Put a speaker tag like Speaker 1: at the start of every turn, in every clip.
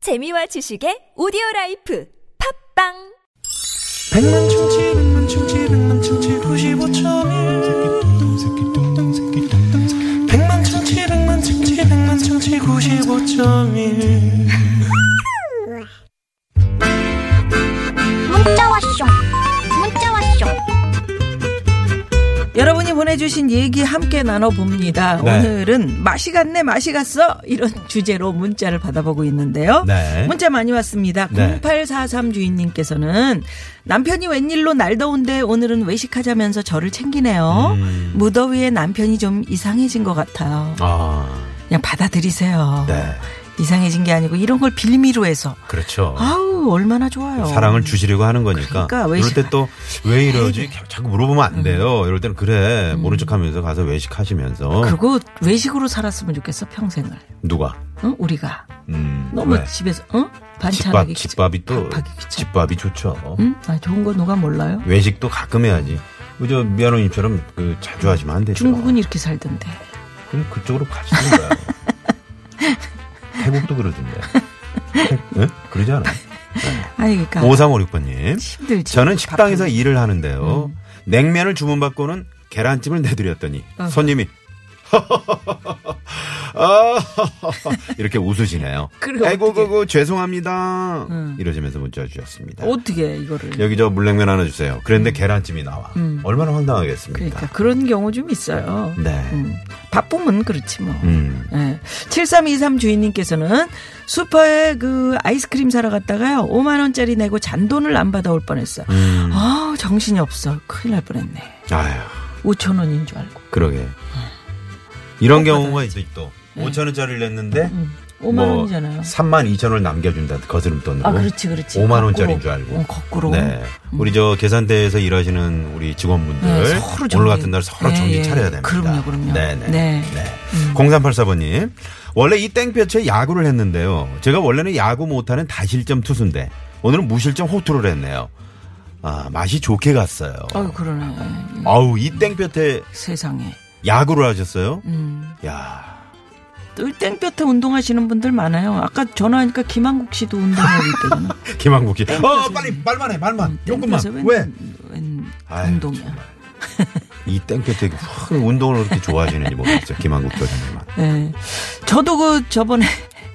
Speaker 1: 재미와 지식의 오디오 라이프 팝빵
Speaker 2: 백만 충치 백만 충치 백만 충치 구십오점일 백만 충치 백만 충치 백만 충치 구십오점일
Speaker 3: 문자 왔쇼 문자 왔쇼
Speaker 4: 여러분이 보내주신 얘기 함께 나눠봅니다.
Speaker 5: 네.
Speaker 4: 오늘은 맛이 갔네, 맛이 갔어. 이런 주제로 문자를 받아보고 있는데요.
Speaker 5: 네.
Speaker 4: 문자 많이 왔습니다.
Speaker 5: 네.
Speaker 4: 0843 주인님께서는 남편이 웬일로 날 더운데 오늘은 외식하자면서 저를 챙기네요.
Speaker 5: 음.
Speaker 4: 무더위에 남편이 좀 이상해진 것 같아요.
Speaker 5: 아,
Speaker 4: 그냥 받아들이세요.
Speaker 5: 네.
Speaker 4: 이상해진 게 아니고 이런 걸 빌미로 해서
Speaker 5: 그렇죠.
Speaker 4: 아우 얼마나 좋아요.
Speaker 5: 사랑을 주시려고 하는 거니까.
Speaker 4: 그러니까
Speaker 5: 이럴
Speaker 4: 외식-
Speaker 5: 때 또 왜 이러지? 자- 자꾸 물어보면 안 돼요. 이럴 때는 그래 모른 척하면서 가서 외식하시면서
Speaker 4: 음. 그리고 외식으로 살았으면 좋겠어 평생을.
Speaker 5: 누가
Speaker 4: 응? 우리가.
Speaker 5: 음,
Speaker 4: 너무
Speaker 5: 왜?
Speaker 4: 집에서 어?
Speaker 5: 집밥
Speaker 4: 반찬하기 귀찮-
Speaker 5: 집밥이 또
Speaker 4: 밥하기 귀찮-
Speaker 5: 집밥이 좋죠.
Speaker 4: 응? 아 좋은 거 누가 몰라요?
Speaker 5: 외식도 가끔 해야지. 그저 미아노님처럼 그 자주 하지만 안 되죠.
Speaker 4: 중국은 이렇게 살던데.
Speaker 5: 그럼 그쪽으로 가시는 거예요. 태국도 그러던데. 응? 그러지 않아요?
Speaker 4: 아니 그러니까
Speaker 5: 5356번님.
Speaker 4: 힘들지. 그
Speaker 5: 저는 식당에서
Speaker 4: 밥하고.
Speaker 5: 일을 하는데요.
Speaker 4: 음.
Speaker 5: 냉면을 주문받고는 계란찜을 내드렸더니
Speaker 4: 어.
Speaker 5: 손님이 아, 이렇게 웃으시네요.
Speaker 4: 그리고
Speaker 5: 아이고
Speaker 4: 어떡해.
Speaker 5: 그거 죄송합니다.
Speaker 4: 음.
Speaker 5: 이러시면서 문자 주셨습니다.
Speaker 4: 어떻게 이거를?
Speaker 5: 여기 저 물냉면 하나 주세요. 그런데 계란찜이 나와.
Speaker 4: 음.
Speaker 5: 얼마나 황당하겠습니까?
Speaker 4: 그러니까 그런 경우 좀 있어요.
Speaker 5: 네. 음.
Speaker 4: 음. 바쁘면 그렇지 뭐. 예. 7323 주인님께서는 슈퍼에 그 아이스크림 사러 갔다가요. 5만 원짜리 내고 잔돈을 안 받아올 뻔했어요.
Speaker 5: 음.
Speaker 4: 아 정신이 없어. 큰일 날 뻔했네.
Speaker 5: 아휴.
Speaker 4: 5천 원인 줄 알고.
Speaker 5: 그러게. 이런 경우가 있어 또. 5천 원짜리를 냈는데
Speaker 4: 네. 음.
Speaker 5: 뭐
Speaker 4: 5만 원이잖아요.
Speaker 5: 3만 2천 원을 남겨준다. 거스름돈으로.
Speaker 4: 아 그렇지 그렇지.
Speaker 5: 5만
Speaker 4: 거꾸로.
Speaker 5: 원짜리인 뭐 줄 알고.
Speaker 4: 어, 거꾸로.
Speaker 5: 네. 우리 저 계산대에서 일하시는 우리 직원분들
Speaker 4: 네, 서로 정리.
Speaker 5: 오늘 같은 날 서로
Speaker 4: 예,
Speaker 5: 정신
Speaker 4: 예.
Speaker 5: 차려야 됩니다.
Speaker 4: 그럼요, 그럼요.
Speaker 5: 네네.
Speaker 4: 네.
Speaker 5: 네. 0384번님 원래 이 땡볕에 야구를 했는데요. 제가 원래는 야구 못하는 다실점 투수인데 오늘은 무실점 호투를 했네요. 아 맛이 좋게 갔어요.
Speaker 4: 어유 그러네.
Speaker 5: 아우 이 땡볕에
Speaker 4: 세상에.
Speaker 5: 야구를 하셨어요?
Speaker 4: 음.
Speaker 5: 야
Speaker 4: 뜰땡볕에 운동하시는 분들 많아요. 아까 전화하니까 김한국 씨도 운동하고 있대잖아.
Speaker 5: 김한국 씨. 어 빨리 말만 해 말만. 조금만.
Speaker 4: 음, 땡볕에 웬-
Speaker 5: 왜?
Speaker 4: 웬
Speaker 5: 아유,
Speaker 4: 운동이야.
Speaker 5: 정말. 이 땡볕에 확 운동을 그렇게 좋아하시는지 모르겠어요. 김한국 교장님만.
Speaker 4: 네. 저도 그 저번에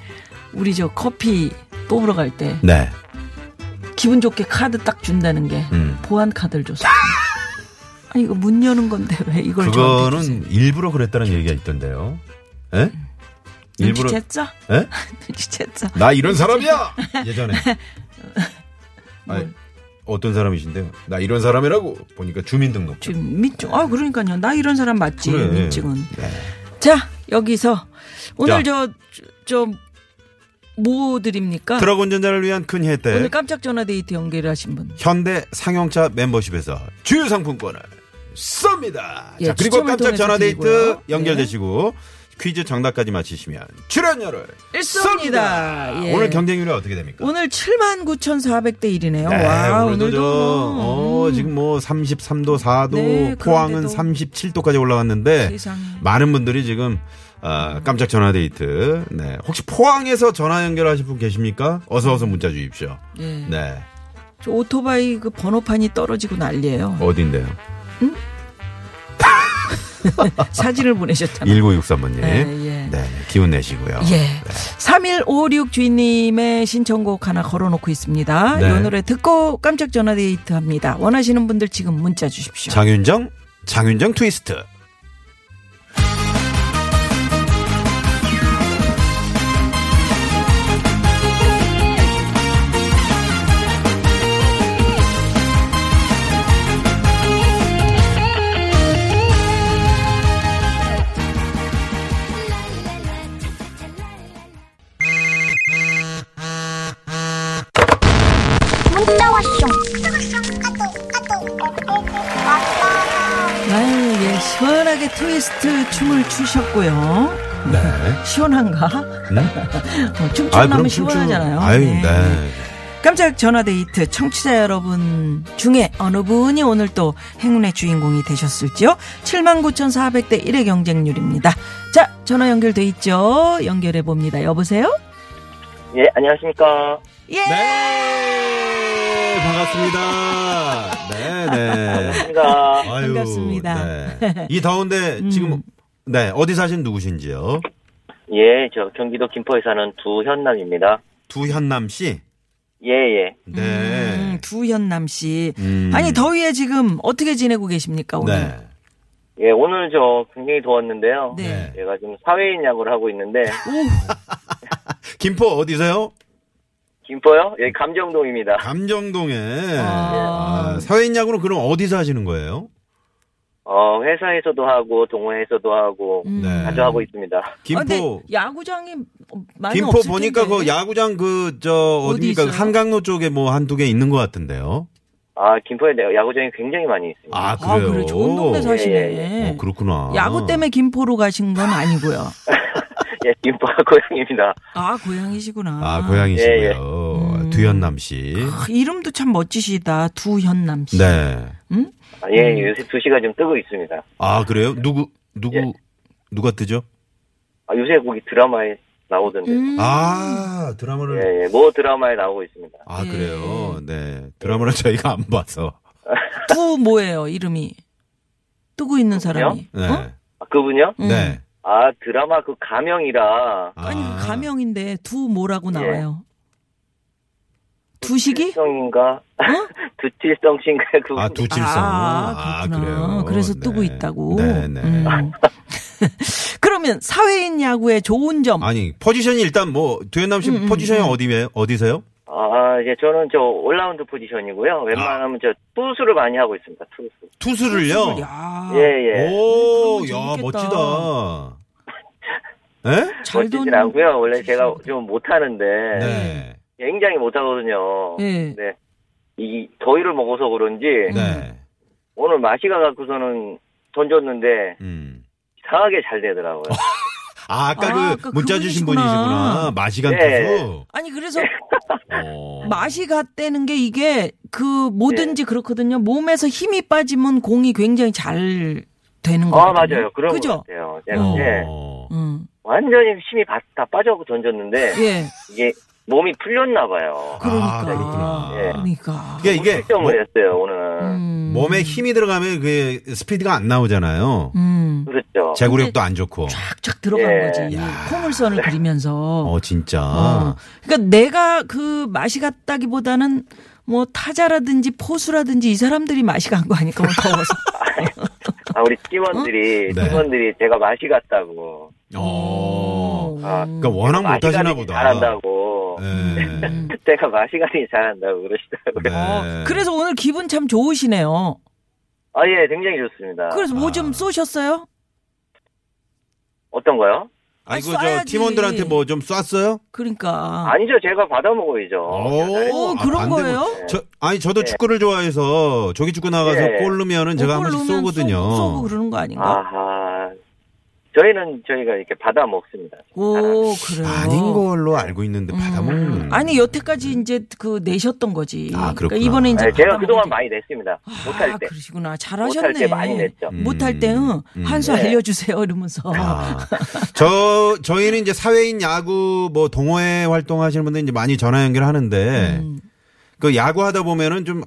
Speaker 4: 우리 저 커피 뽑으러 갈 때
Speaker 5: 네.
Speaker 4: 기분 좋게 카드 딱 준다는 게
Speaker 5: 음.
Speaker 4: 보안 카드를 줬어. 아니 이거 문 여는 건데 왜 이걸 저한테 주세요? 음.
Speaker 5: 그거는 일부러 그랬다는 얘기가 있던데요. 예? 일부러
Speaker 4: 눈치챘죠?
Speaker 5: 예?
Speaker 4: 눈치챘죠?
Speaker 5: 나 이런 사람이야. 예전에.
Speaker 4: 뭐.
Speaker 5: 아니, 어떤 사람이신데요? 나 이런 사람이라고 보니까 주민등록증.
Speaker 4: 지금 민증. 아 그러니까요. 나 이런 사람 맞지
Speaker 5: 그래.
Speaker 4: 민증은.
Speaker 5: 네.
Speaker 4: 자, 여기서 오늘
Speaker 5: 야.
Speaker 4: 저, 저, 뭐 드립니까?
Speaker 5: 트럭 운전자를 위한 큰 혜택.
Speaker 4: 오늘 깜짝 전화 데이트 연결하신 분.
Speaker 5: 현대 상용차 멤버십에서 주요 상품권을 쏩니다.
Speaker 4: 예,
Speaker 5: 자, 그리고
Speaker 4: 추첨을
Speaker 5: 깜짝
Speaker 4: 통해서
Speaker 5: 전화 데이트
Speaker 4: 드리고요. 네.
Speaker 5: 연결되시고 퀴즈 정답까지 맞히시면 출연료를
Speaker 4: 쏩니다.
Speaker 5: 쏩니다.
Speaker 4: 예.
Speaker 5: 오늘 경쟁률이 어떻게 됩니까?
Speaker 4: 오늘 79,400대 1이네요.
Speaker 5: 네,
Speaker 4: 아, 와,
Speaker 5: 오늘도,
Speaker 4: 오늘도.
Speaker 5: 저,
Speaker 4: 뭐,
Speaker 5: 어, 지금 뭐 33도, 4도,
Speaker 4: 네,
Speaker 5: 포항은
Speaker 4: 그런데도.
Speaker 5: 37도까지 올라왔는데
Speaker 4: 세상에.
Speaker 5: 많은 분들이 지금 아, 깜짝 전화 데이트. 네. 혹시 포항에서 전화 연결하실 분 계십니까? 어서 어서 문자 주십시오.
Speaker 4: 예.
Speaker 5: 네.
Speaker 4: 저 오토바이 그 번호판이 떨어지고 난리예요
Speaker 5: 어딘데요?
Speaker 4: 사진을 보내셨잖아요.
Speaker 5: 1963번님.
Speaker 4: 예,
Speaker 5: 네,
Speaker 4: 예.
Speaker 5: 기운 내시고요.
Speaker 4: 예. 3156 주인님의 신청곡 하나 걸어놓고 있습니다.
Speaker 5: 네.
Speaker 4: 이 노래 듣고 깜짝 전화 데이트 합니다. 원하시는 분들 지금 문자 주십시오.
Speaker 5: 장윤정, 장윤정 트위스트.
Speaker 3: 문자 왔쇼 까똑 까똑
Speaker 4: 아유, 예, 시원하게 트위스트 춤을 추셨고요.
Speaker 5: 네.
Speaker 4: 시원한가? 어,
Speaker 5: 음? 아이, 그럼
Speaker 4: 춤추면
Speaker 5: 춤추-
Speaker 4: 시원하잖아요.
Speaker 5: 아유,
Speaker 4: 네.
Speaker 5: 네.
Speaker 4: 깜짝 전화데이트 청취자 여러분 중에 어느 분이 오늘 또 행운의 주인공이 되셨을지요? 79,400대 1의 경쟁률입니다. 자, 전화 연결돼 있죠? 연결해 봅니다. 여보세요?
Speaker 6: 예, 안녕하십니까.
Speaker 4: 예!
Speaker 5: 네. 반갑습니다. 네, 네.
Speaker 6: 반갑습니다.
Speaker 5: 아유,
Speaker 4: 반갑습니다. 음.
Speaker 5: 네. 이 더운데 지금 네 어디 사신 누구신지요?
Speaker 6: 예, 저 경기도 김포에 사는 두현남입니다.
Speaker 5: 두현남 씨.
Speaker 6: 예, 예.
Speaker 5: 네.
Speaker 4: 음, 두현남 씨.
Speaker 5: 음.
Speaker 4: 아니, 더위에 지금 어떻게 지내고 계십니까, 오늘?
Speaker 5: 네.
Speaker 6: 예, 오늘 저 굉장히 더웠는데요.
Speaker 4: 네.
Speaker 6: 제가 지금 사회인 약을 하고 있는데,
Speaker 5: 김포 어디세요?
Speaker 6: 김포요? 예, 감정동입니다.
Speaker 5: 감정동에.
Speaker 4: 아.
Speaker 5: 네. 아, 사회인약으로 그럼 어디서 하시는 거예요?
Speaker 6: 어, 회사에서도 하고, 동호회에서도 하고,
Speaker 4: 음.
Speaker 5: 네.
Speaker 6: 자주 하고 있습니다.
Speaker 4: 아, 근데
Speaker 5: 김포.
Speaker 4: 야구장이 많이
Speaker 5: 김포
Speaker 4: 없을
Speaker 5: 보니까
Speaker 4: 텐데.
Speaker 5: 그 야구장 그 저
Speaker 4: 어디
Speaker 5: 어디입니까?
Speaker 4: 있어요?
Speaker 5: 한강로 쪽에 뭐 한두 개 있는 것 같은데요.
Speaker 6: 아, 김포에 야구장이 굉장히 많이 있습니다.
Speaker 5: 아
Speaker 4: 아,
Speaker 5: 그래요.
Speaker 4: 그래. 좋은 동네
Speaker 6: 예,
Speaker 4: 사시네.
Speaker 5: 어, 그렇구나.
Speaker 4: 야구 때문에 김포로 가신 건 아니고요.
Speaker 6: 예, 김포가 고향입니다.
Speaker 4: 아, 고향이시구나.
Speaker 5: 아 고향이시고요.
Speaker 4: 예, 예. 음.
Speaker 5: 두현남 씨.
Speaker 4: 아, 이름도 참 멋지시다. 두현남 씨.
Speaker 5: 네.
Speaker 4: 음?
Speaker 6: 아, 예, 요새 2시가 좀 뜨고 있습니다.
Speaker 5: 아 그래요? 누구 누구
Speaker 6: 예.
Speaker 5: 누가 뜨죠?
Speaker 6: 아, 요새 거기 드라마에 나오던데.
Speaker 5: 음.
Speaker 6: 요
Speaker 4: 음.
Speaker 5: 아 드라마를.
Speaker 6: 예, 예, 모 드라마에 나오고 있습니다.
Speaker 5: 아
Speaker 4: 예.
Speaker 5: 그래요. 네 드라마를 저희가 안 봐서.
Speaker 4: 두 뭐예요, 이름이? 뜨고 있는 사람이.
Speaker 5: 네.
Speaker 4: 어?
Speaker 6: 아, 그분요?
Speaker 4: 음.
Speaker 5: 네.
Speaker 6: 아, 드라마 그 가명이라.
Speaker 4: 아니, 그
Speaker 5: 아.
Speaker 4: 가명인데 두
Speaker 6: 예.
Speaker 4: 뭐라고 나와요? 두식이?
Speaker 6: 두칠성인가? 두칠성신가? 그분.
Speaker 5: 아 두칠성.
Speaker 4: 아, 그렇구나. 그래서 뜨고 있다고.
Speaker 5: 네 네.
Speaker 4: 음. 그러면 사회인 야구의 좋은 점.
Speaker 5: 아니 포지션이 일단 뭐 두현남
Speaker 4: 음,
Speaker 5: 씨 포지션이 어디에 어디세요?
Speaker 6: 아, 이제 저는 저 올라운드 포지션이고요. 웬만하면 저 투수를 많이 하고 있습니다. 투수.
Speaker 5: 투수를요.
Speaker 4: 야,
Speaker 6: 예, 예.
Speaker 5: 오,
Speaker 4: 음, 그런
Speaker 5: 야
Speaker 4: 거
Speaker 5: 멋지다. 예?
Speaker 4: 잘
Speaker 6: 멋지진
Speaker 4: 도는.
Speaker 6: 않고요. 원래 제가 좀 못하는데
Speaker 5: 네.
Speaker 6: 굉장히 못하거든요.
Speaker 4: 예.
Speaker 6: 네. 이 더위를 먹어서 그런지
Speaker 4: 음.
Speaker 5: 네.
Speaker 6: 오늘 마시가 갖고서는 던졌는데
Speaker 5: 음.
Speaker 6: 이상하게 잘 되더라고요.
Speaker 5: 아, 아까
Speaker 4: 아,
Speaker 5: 그
Speaker 4: 아까
Speaker 5: 문자 주신
Speaker 4: 그분이시구나.
Speaker 5: 분이시구나. 마시간
Speaker 6: 네.
Speaker 5: 투수.
Speaker 4: 아니 그래서
Speaker 5: 네. 어.
Speaker 4: 맛이 갔다는 게 이게 그
Speaker 5: 네.
Speaker 4: 뭐든지 그렇거든요. 몸에서 힘이 빠지면 공이 굉장히 잘 되는 거예요.
Speaker 6: 아, 맞아요. 그런 것
Speaker 4: 그죠?
Speaker 6: 같아요.
Speaker 4: 어.
Speaker 6: 예.
Speaker 5: 어.
Speaker 4: 음.
Speaker 6: 완전히 힘이 바- 다 빠져갖고 던졌는데
Speaker 4: 예.
Speaker 6: 이게 몸이 풀렸나 봐요.
Speaker 4: 그러니까.
Speaker 5: 아, 그렇구나.
Speaker 6: 예. 뭐
Speaker 4: 그러니까.
Speaker 5: 그게 뭐? 이게
Speaker 6: 실점을 했어요 오늘.
Speaker 4: 음.
Speaker 5: 몸에 힘이 들어가면 그 스피드가 안 나오잖아요.
Speaker 4: 음.
Speaker 6: 그렇죠.
Speaker 5: 제구력도 안 좋고.
Speaker 4: 쫙쫙 들어간
Speaker 6: 예.
Speaker 4: 거지.
Speaker 5: 야.
Speaker 4: 포물선을 그리면서.
Speaker 5: 어, 진짜.
Speaker 4: 어. 그러니까 내가 그 맛이 갔다기보다는 뭐 타자라든지 포수라든지 이 사람들이 맛이 간 거 아닐까 오늘 더워서.
Speaker 6: 아 우리 팀원들이
Speaker 5: 네.
Speaker 6: 팀원들이 제가 맛이 갔다고.
Speaker 5: 어.
Speaker 4: 음.
Speaker 6: 아,
Speaker 5: 그러니까 워낙
Speaker 6: 맛이
Speaker 5: 못하시나
Speaker 6: 가니
Speaker 5: 보다.
Speaker 6: 잘한다고.
Speaker 5: 예.
Speaker 6: 제가 맛이 가니 잘한다고 그러시더라고요.
Speaker 5: 네.
Speaker 4: 어, 음. 그래서 오늘 기분 참 좋으시네요.
Speaker 6: 아 예, 굉장히 좋습니다.
Speaker 4: 그래서 뭐
Speaker 5: 아.
Speaker 4: 좀 쏘셨어요?
Speaker 6: 어떤 거요?
Speaker 5: 아, 이거
Speaker 4: 아,
Speaker 5: 저
Speaker 4: 쏴야지.
Speaker 5: 팀원들한테 뭐 좀 쐈어요?
Speaker 4: 그러니까.
Speaker 6: 아니죠, 제가 받아 먹어야죠. 네.
Speaker 4: 오,
Speaker 5: 아,
Speaker 4: 그런
Speaker 5: 반대
Speaker 4: 거예요?
Speaker 5: 분. 저 아니 저도 축구를 좋아해서 조기 축구 나가서
Speaker 6: 예.
Speaker 5: 골 넣으면은 제가 한
Speaker 4: 어, 골
Speaker 5: 번씩
Speaker 4: 넣으면
Speaker 5: 쏘거든요.
Speaker 4: 쏘고, 쏘고 그러는 거 아닌가?
Speaker 6: 아하. 저희는 저희가 이렇게 받아 먹습니다.
Speaker 4: 오, 그래요. 음.
Speaker 5: 아닌 걸로 알고 있는데 받아먹는.
Speaker 4: 아니, 여태까지 이제 그 내셨던 거지. 그러니까
Speaker 5: 아, 그렇구나.
Speaker 4: 이번에 이제
Speaker 6: 네, 제가
Speaker 4: 받아먹어도-
Speaker 6: 그동안 많이 냈습니다. 못할
Speaker 4: 아,
Speaker 6: 때.
Speaker 4: 그러시구나. 잘하셨네.
Speaker 6: 못할 때 많이 냈죠.
Speaker 5: 음.
Speaker 4: 못할 때, 응.
Speaker 5: 음.
Speaker 4: 한수
Speaker 6: 네.
Speaker 4: 알려주세요. 이러면서.
Speaker 5: 아. 저 저희는 이제 사회인 야구 뭐 동호회 활동하시는 분들 이제 많이 전화 연결하는데
Speaker 4: 음.
Speaker 5: 그 야구 하다 보면은 좀. 하,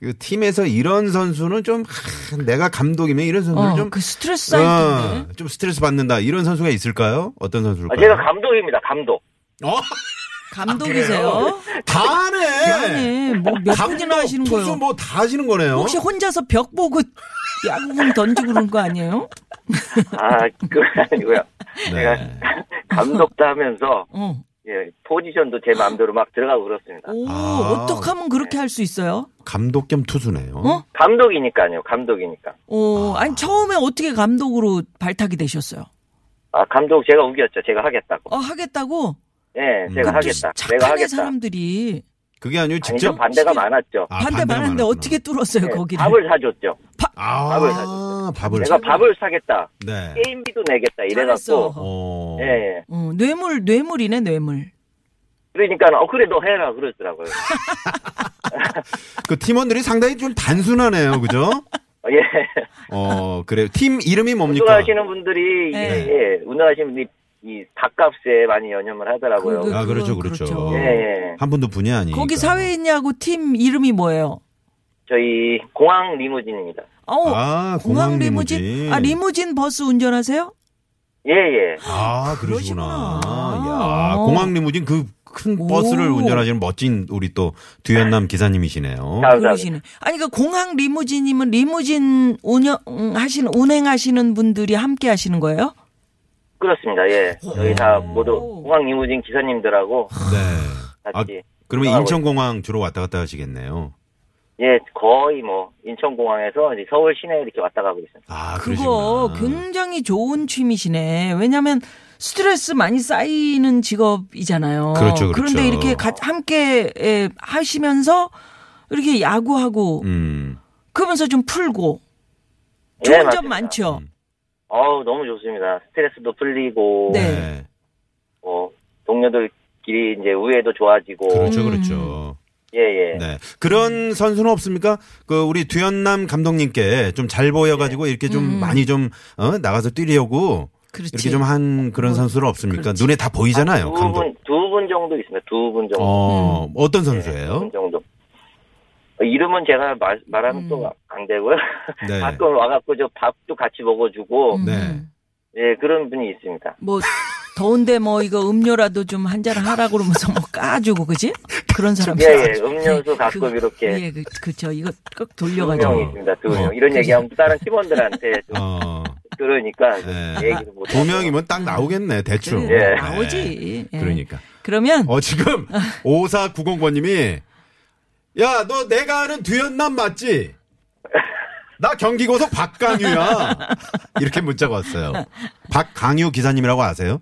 Speaker 5: 그 팀에서 이런 선수는 좀 하, 내가 감독이면 이런 선수는
Speaker 4: 어,
Speaker 5: 좀,
Speaker 4: 그 스트레스 쌓일
Speaker 5: 어,
Speaker 4: 텐데.
Speaker 5: 좀 스트레스 받는다 이런 선수가 있을까요? 어떤
Speaker 6: 아,
Speaker 5: 선수일까요?
Speaker 6: 제가 감독입니다, 감독.
Speaker 5: 어?
Speaker 4: 감독이세요?
Speaker 5: 다네.
Speaker 4: 아니, 뭐몇 분이나 하시는
Speaker 5: 네. 투수
Speaker 4: 거예요?
Speaker 5: 뭐다 하시는 거네요.
Speaker 4: 혹시 혼자서 벽 보고 야구공 던지고 그런 거 아니에요?
Speaker 6: 아, 그건 아니고요.
Speaker 5: 네.
Speaker 6: 제가 감독도 하면서,
Speaker 4: 어.
Speaker 6: 예, 포지션도 제 마음대로 막 들어가고 그렇습니다.
Speaker 4: 오,
Speaker 5: 아.
Speaker 4: 어떻게 하면 그렇게 할 수 있어요?
Speaker 5: 감독 겸 투수네요.
Speaker 4: 어?
Speaker 6: 감독이니까요, 감독이니까.
Speaker 4: 어, 아니 처음에 어떻게 감독으로 발탁이 되셨어요?
Speaker 6: 아, 감독 제가 우겼죠. 제가 하겠다고.
Speaker 4: 어, 하겠다고?
Speaker 6: 예, 제가
Speaker 5: 음.
Speaker 6: 하겠다. 내가
Speaker 4: 착한 애
Speaker 6: 하겠다.
Speaker 4: 사람들이
Speaker 5: 그게 아니고
Speaker 6: 아니죠,
Speaker 5: 직접
Speaker 6: 반대가 많았죠.
Speaker 5: 아,
Speaker 4: 반대
Speaker 5: 반대가
Speaker 4: 말하는데
Speaker 5: 많았구나.
Speaker 4: 어떻게 뚫었어요,
Speaker 6: 예,
Speaker 4: 그 거기를?
Speaker 6: 밥을 사줬죠.
Speaker 5: 아,
Speaker 6: 밥을
Speaker 5: 사줬어요. 밥을
Speaker 6: 내가
Speaker 5: 사-
Speaker 6: 밥을 사겠다.
Speaker 5: 네.
Speaker 6: 게임비도 내겠다.
Speaker 4: 잘했어.
Speaker 6: 이래갖고.
Speaker 5: 어.
Speaker 6: 예, 예.
Speaker 4: 어, 뇌물, 뇌물이네, 뇌물.
Speaker 6: 그러니까, 어, 그래, 너 해라. 그러더라고요. 어,
Speaker 5: 그 팀원들이 상당히 좀 단순하네요. 그죠?
Speaker 6: 어, 예.
Speaker 4: 그러니까.
Speaker 5: 어, 그래. 팀 이름이 뭡니까?
Speaker 6: 운동하시는 분들이,
Speaker 4: 네.
Speaker 6: 예, 예. 운동하시는 분들이 이 밥값에 많이 연연을 하더라고요.
Speaker 4: 그-
Speaker 5: 아, 그렇죠,
Speaker 4: 그건
Speaker 5: 그렇죠.
Speaker 4: 그렇죠.
Speaker 6: 예, 예.
Speaker 5: 한 분도 분이 아니.
Speaker 4: 거기 사회인야구 팀 이름이 뭐예요?
Speaker 6: 저희 공항 리무진입니다.
Speaker 4: 어,
Speaker 5: 아,
Speaker 4: 공항
Speaker 5: 공항
Speaker 4: 리무진.
Speaker 5: 리무진.
Speaker 4: 아, 리무진 버스 운전하세요?
Speaker 6: 예, 예.
Speaker 5: 아,
Speaker 4: 그러시구나.
Speaker 5: 그러시구나.
Speaker 4: 아.
Speaker 5: 야, 공항 리무진 그 큰 버스를
Speaker 4: 오.
Speaker 5: 운전하시는 멋진 우리 또 두현남 기사님이시네요.
Speaker 6: 아, 감사합니다.
Speaker 4: 그러시네. 아니, 그 공항 리무진이면 리무진 운영, 음, 하시는, 운행하시는 분들이 함께 하시는 거예요?
Speaker 6: 그렇습니다. 예. 저희 다 모두 공항 리무진 기사님들하고
Speaker 5: 네. 아,
Speaker 6: 같이
Speaker 5: 그러면
Speaker 6: 나가고
Speaker 5: 인천공항 주로 왔다 갔다 하시겠네요.
Speaker 6: 예, 거의 뭐 인천공항에서 이제 서울 시내 이렇게 왔다 가고 있습니다.
Speaker 5: 아,
Speaker 4: 그거
Speaker 5: 그러시구나.
Speaker 4: 굉장히 좋은 취미시네. 왜냐면 스트레스 많이 쌓이는 직업이잖아요.
Speaker 5: 그렇죠, 그렇죠.
Speaker 4: 런데 이렇게 가- 함께 예, 하시면서 이렇게 야구하고
Speaker 5: 음.
Speaker 4: 그러면서 좀 풀고
Speaker 6: 예,
Speaker 4: 좋은 점
Speaker 6: 맞습니다.
Speaker 4: 많죠.
Speaker 5: 음.
Speaker 6: 어우, 너무 좋습니다. 스트레스도 풀리고
Speaker 4: 네.
Speaker 5: 네.
Speaker 6: 뭐 동료들끼리 이제 우애도 좋아지고
Speaker 5: 그렇죠,
Speaker 4: 음.
Speaker 5: 그렇죠.
Speaker 6: 예, 예.
Speaker 5: 네. 그런 선수는 없습니까? 그 우리 두현남 감독님께 좀 잘 보여가지고
Speaker 4: 예.
Speaker 5: 이렇게 좀 많이 좀 어? 나가서 뛰려고
Speaker 4: 음. 그렇지.
Speaker 5: 이렇게 좀 한 그런 선수는 없습니까?
Speaker 4: 뭐 그렇지.
Speaker 5: 눈에 다 보이잖아요,
Speaker 6: 두
Speaker 5: 감독.
Speaker 6: 분, 두 분 정도 있습니다. 두 분 정도. 네,
Speaker 5: 어,
Speaker 4: 음.
Speaker 5: 어떤
Speaker 4: 네.
Speaker 6: 두 분
Speaker 5: 선수예요?
Speaker 6: 정도. 어, 이름은 제가 말, 말하면
Speaker 4: 음.
Speaker 6: 또 안 되고요.
Speaker 5: 네.
Speaker 6: 가끔 와갖고 저 밥도 같이 먹어주고,
Speaker 5: 네.
Speaker 6: 예, 그런 분이 있습니다.
Speaker 4: 음. 뭐 더운데 뭐 이거 음료라도 좀 한 잔 하라 그러면서 뭐 까주고 그지? 그런 사람.
Speaker 6: 예, 예, 음료수 가끔
Speaker 4: 그-
Speaker 6: 이렇게.
Speaker 4: 예, 그, 그쵸. 이거 꼭
Speaker 6: 두
Speaker 4: 돌려가지고.
Speaker 6: 명이 있습니다. 두
Speaker 5: 어,
Speaker 6: 명. 이런 얘기하면 또 다른 팀원들한테 좀
Speaker 5: 어,
Speaker 6: 그러니까
Speaker 5: 네.
Speaker 6: 얘기를 못.
Speaker 5: 두 명이면 딱 나오겠네, 대충.
Speaker 4: 그,
Speaker 6: 예.
Speaker 4: 나오지. 예.
Speaker 5: 그러니까.
Speaker 4: 그러면
Speaker 5: 어, 지금 5490번님이 야, 너 내가 아는 두현남 맞지? 나 경기고속 박강유야. 이렇게 문자가 왔어요. 박강유 기사님이라고 아세요?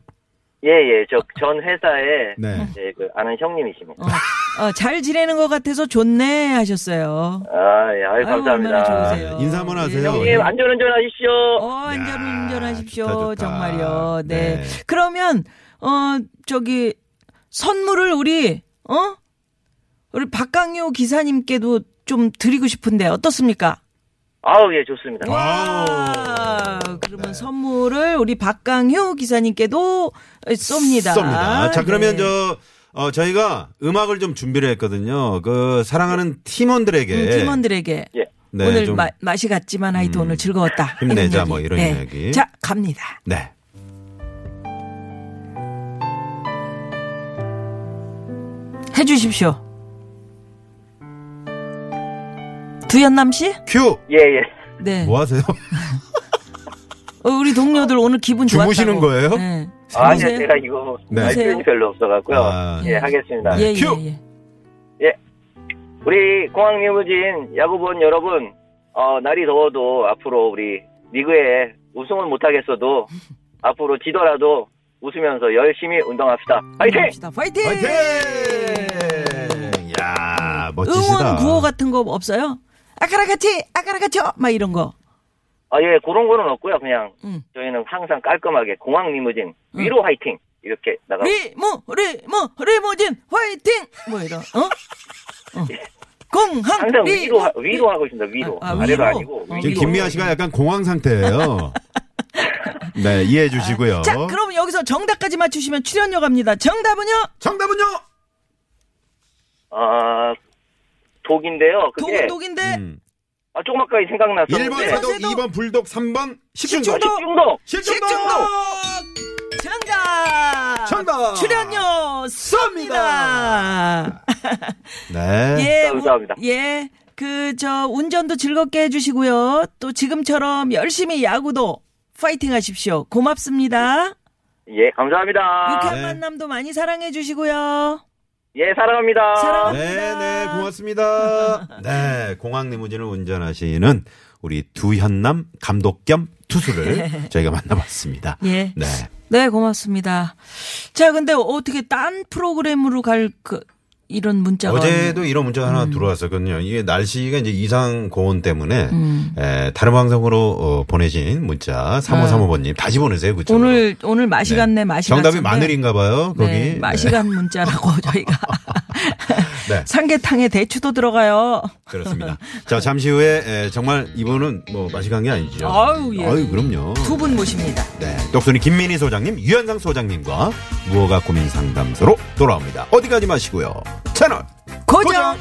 Speaker 6: 예, 예. 저 전 회사에
Speaker 5: 네.
Speaker 6: 이제 그 아는 형님이십니다.
Speaker 4: 어, 어, 잘 지내는 것 같아서 좋네 하셨어요.
Speaker 6: 아, 예, 아유,
Speaker 4: 아유,
Speaker 6: 감사합니다.
Speaker 4: 얼마나 좋으세요.
Speaker 5: 네, 인사 한번 하세요.
Speaker 6: 형님 안전운전 하십시오.
Speaker 4: 어, 안전
Speaker 5: 야,
Speaker 4: 운전하십시오.
Speaker 5: 좋다, 좋다.
Speaker 4: 정말요. 네.
Speaker 5: 네.
Speaker 4: 그러면 어 저기 선물을 우리 어 우리 박강요 기사님께도 좀 드리고 싶은데 어떻습니까?
Speaker 6: 아우 예 좋습니다.
Speaker 4: 와. 그러면 선물을 우리 박강효 기사님께도 쏩니다.
Speaker 5: 쏩니다. 자, 그러면
Speaker 4: 네.
Speaker 5: 저, 어, 저희가 음악을 좀 준비를 했거든요. 그, 사랑하는 팀원들에게.
Speaker 4: 음, 팀원들에게
Speaker 6: 예.
Speaker 5: 네,
Speaker 4: 오늘
Speaker 5: 좀- 음,
Speaker 4: 마, 맛이 갔지만 하여튼 오늘 즐거웠다.
Speaker 5: 힘내자, 뭐 이런
Speaker 4: 네.
Speaker 5: 이야기.
Speaker 4: 자, 갑니다.
Speaker 5: 네.
Speaker 4: 해 주십시오. 두현남 씨?
Speaker 5: 큐!
Speaker 6: 예 예.
Speaker 4: 네.
Speaker 5: 뭐 하세요?
Speaker 4: 어, 우리 동료들 오늘 기분 좋았다고.
Speaker 5: 주무시는 거예요?
Speaker 4: 네.
Speaker 6: 아, 아니요
Speaker 4: 주무세요?
Speaker 6: 제가 이거
Speaker 5: 네.
Speaker 6: 할 표현이 별로 없어갖고요.
Speaker 5: 아.
Speaker 6: 예 하겠습니다.
Speaker 5: 네.
Speaker 4: 예,
Speaker 5: 큐!
Speaker 4: 예, 예.
Speaker 6: 우리 공항 리무진 야구본 여러분, 어, 날이 더워도 앞으로 우리 리그에 우승은 못하겠어도 앞으로 지더라도 웃으면서 열심히 운동합시다. 파이팅!
Speaker 4: 갑시다. 파이팅!
Speaker 5: 화이팅! 야 멋지시다.
Speaker 4: 네. 응원 구호 같은 거 없어요? 아까라같이, 아까라같이, 어, 막 이런 거.
Speaker 6: 아, 예, 그런 거는 없고요. 그냥
Speaker 4: 음.
Speaker 6: 저희는 항상 깔끔하게 공항 리무진 위로 화이팅! 이렇게 나가고.
Speaker 4: 리모, 리모, 리모진, 화이팅! 뭐 이런, 어? 어. 공항,
Speaker 6: 항상
Speaker 4: 리-
Speaker 6: 위로, 하- 위로 하고 있습니다. 위로.
Speaker 4: 아,
Speaker 6: 아,
Speaker 4: 아,
Speaker 6: 래로
Speaker 4: 위로.
Speaker 6: 아니고
Speaker 4: 어.
Speaker 5: 지금
Speaker 6: 위로.
Speaker 5: 김미아 씨가 약간 공황 상태예요. 네, 이해해 주시고요.
Speaker 4: 자, 그럼 여기서 정답까지 맞추시면 출연료 갑니다. 정답은요?
Speaker 5: 정답은요?
Speaker 6: 아, 독인데요.
Speaker 4: 독은
Speaker 6: 그게
Speaker 4: 독인데,
Speaker 5: 음.
Speaker 6: 아, 조금 아까 생각났어요.
Speaker 5: 1번
Speaker 4: 네.
Speaker 5: 사독,
Speaker 4: 사독.
Speaker 5: 2번 불독, 3번 식중독.
Speaker 4: 식중독.
Speaker 6: 중독!
Speaker 5: 식중독!
Speaker 4: 식중독! 음. 정답!
Speaker 5: 정답!
Speaker 4: 출연료 쏩니다!
Speaker 5: 네.
Speaker 4: 예,
Speaker 6: 감사합니다.
Speaker 4: 뭐, 예. 그, 저, 운전도 즐겁게 해주시고요. 또 지금처럼 열심히 야구도 파이팅 하십시오. 고맙습니다.
Speaker 6: 예, 감사합니다.
Speaker 4: 유쾌한
Speaker 5: 네.
Speaker 4: 만남도 많이 사랑해 주시고요.
Speaker 6: 예, 사랑합니다.
Speaker 4: 사랑합니다.
Speaker 5: 네, 네, 고맙습니다. 네, 공항 리무진을 운전하시는 우리 두현남 감독 겸 투수를 저희가 만나봤습니다.
Speaker 4: 네. 예.
Speaker 5: 네.
Speaker 4: 네, 고맙습니다. 자, 근데 어떻게 딴 프로그램으로 갈 그, 이런 문자가.
Speaker 5: 어제도 이런 문자
Speaker 4: 음.
Speaker 5: 하나 들어왔었거든요. 이게 날씨가 이제 이상 고온 때문에
Speaker 4: 음.
Speaker 5: 에, 다른 방송으로 어, 보내신 문자 3535번님 다시 보내세요. 그쵸?
Speaker 4: 왔네요. 오늘, 오늘 맛이 갔네, 네, 맛이
Speaker 5: 정답이 네.
Speaker 4: 갔는데.
Speaker 5: 마늘인가 봐요. 거기.
Speaker 4: 네, 맛이 간 문자라고 저희가.
Speaker 5: 네. 네.
Speaker 4: 삼계탕에 대추도 들어가요.
Speaker 5: 그렇습니다. 자, 잠시 후에 에, 정말 이분은 뭐 마시간 게 아니죠.
Speaker 4: 아유, 예.
Speaker 5: 아유, 그럼요.
Speaker 4: 두 분 모십니다.
Speaker 5: 네. 똑순이 김민희 소장님, 유현상 소장님과 무허가 고민 상담소로 돌아옵니다. 어디 가지 마시고요. 채널
Speaker 4: 고정.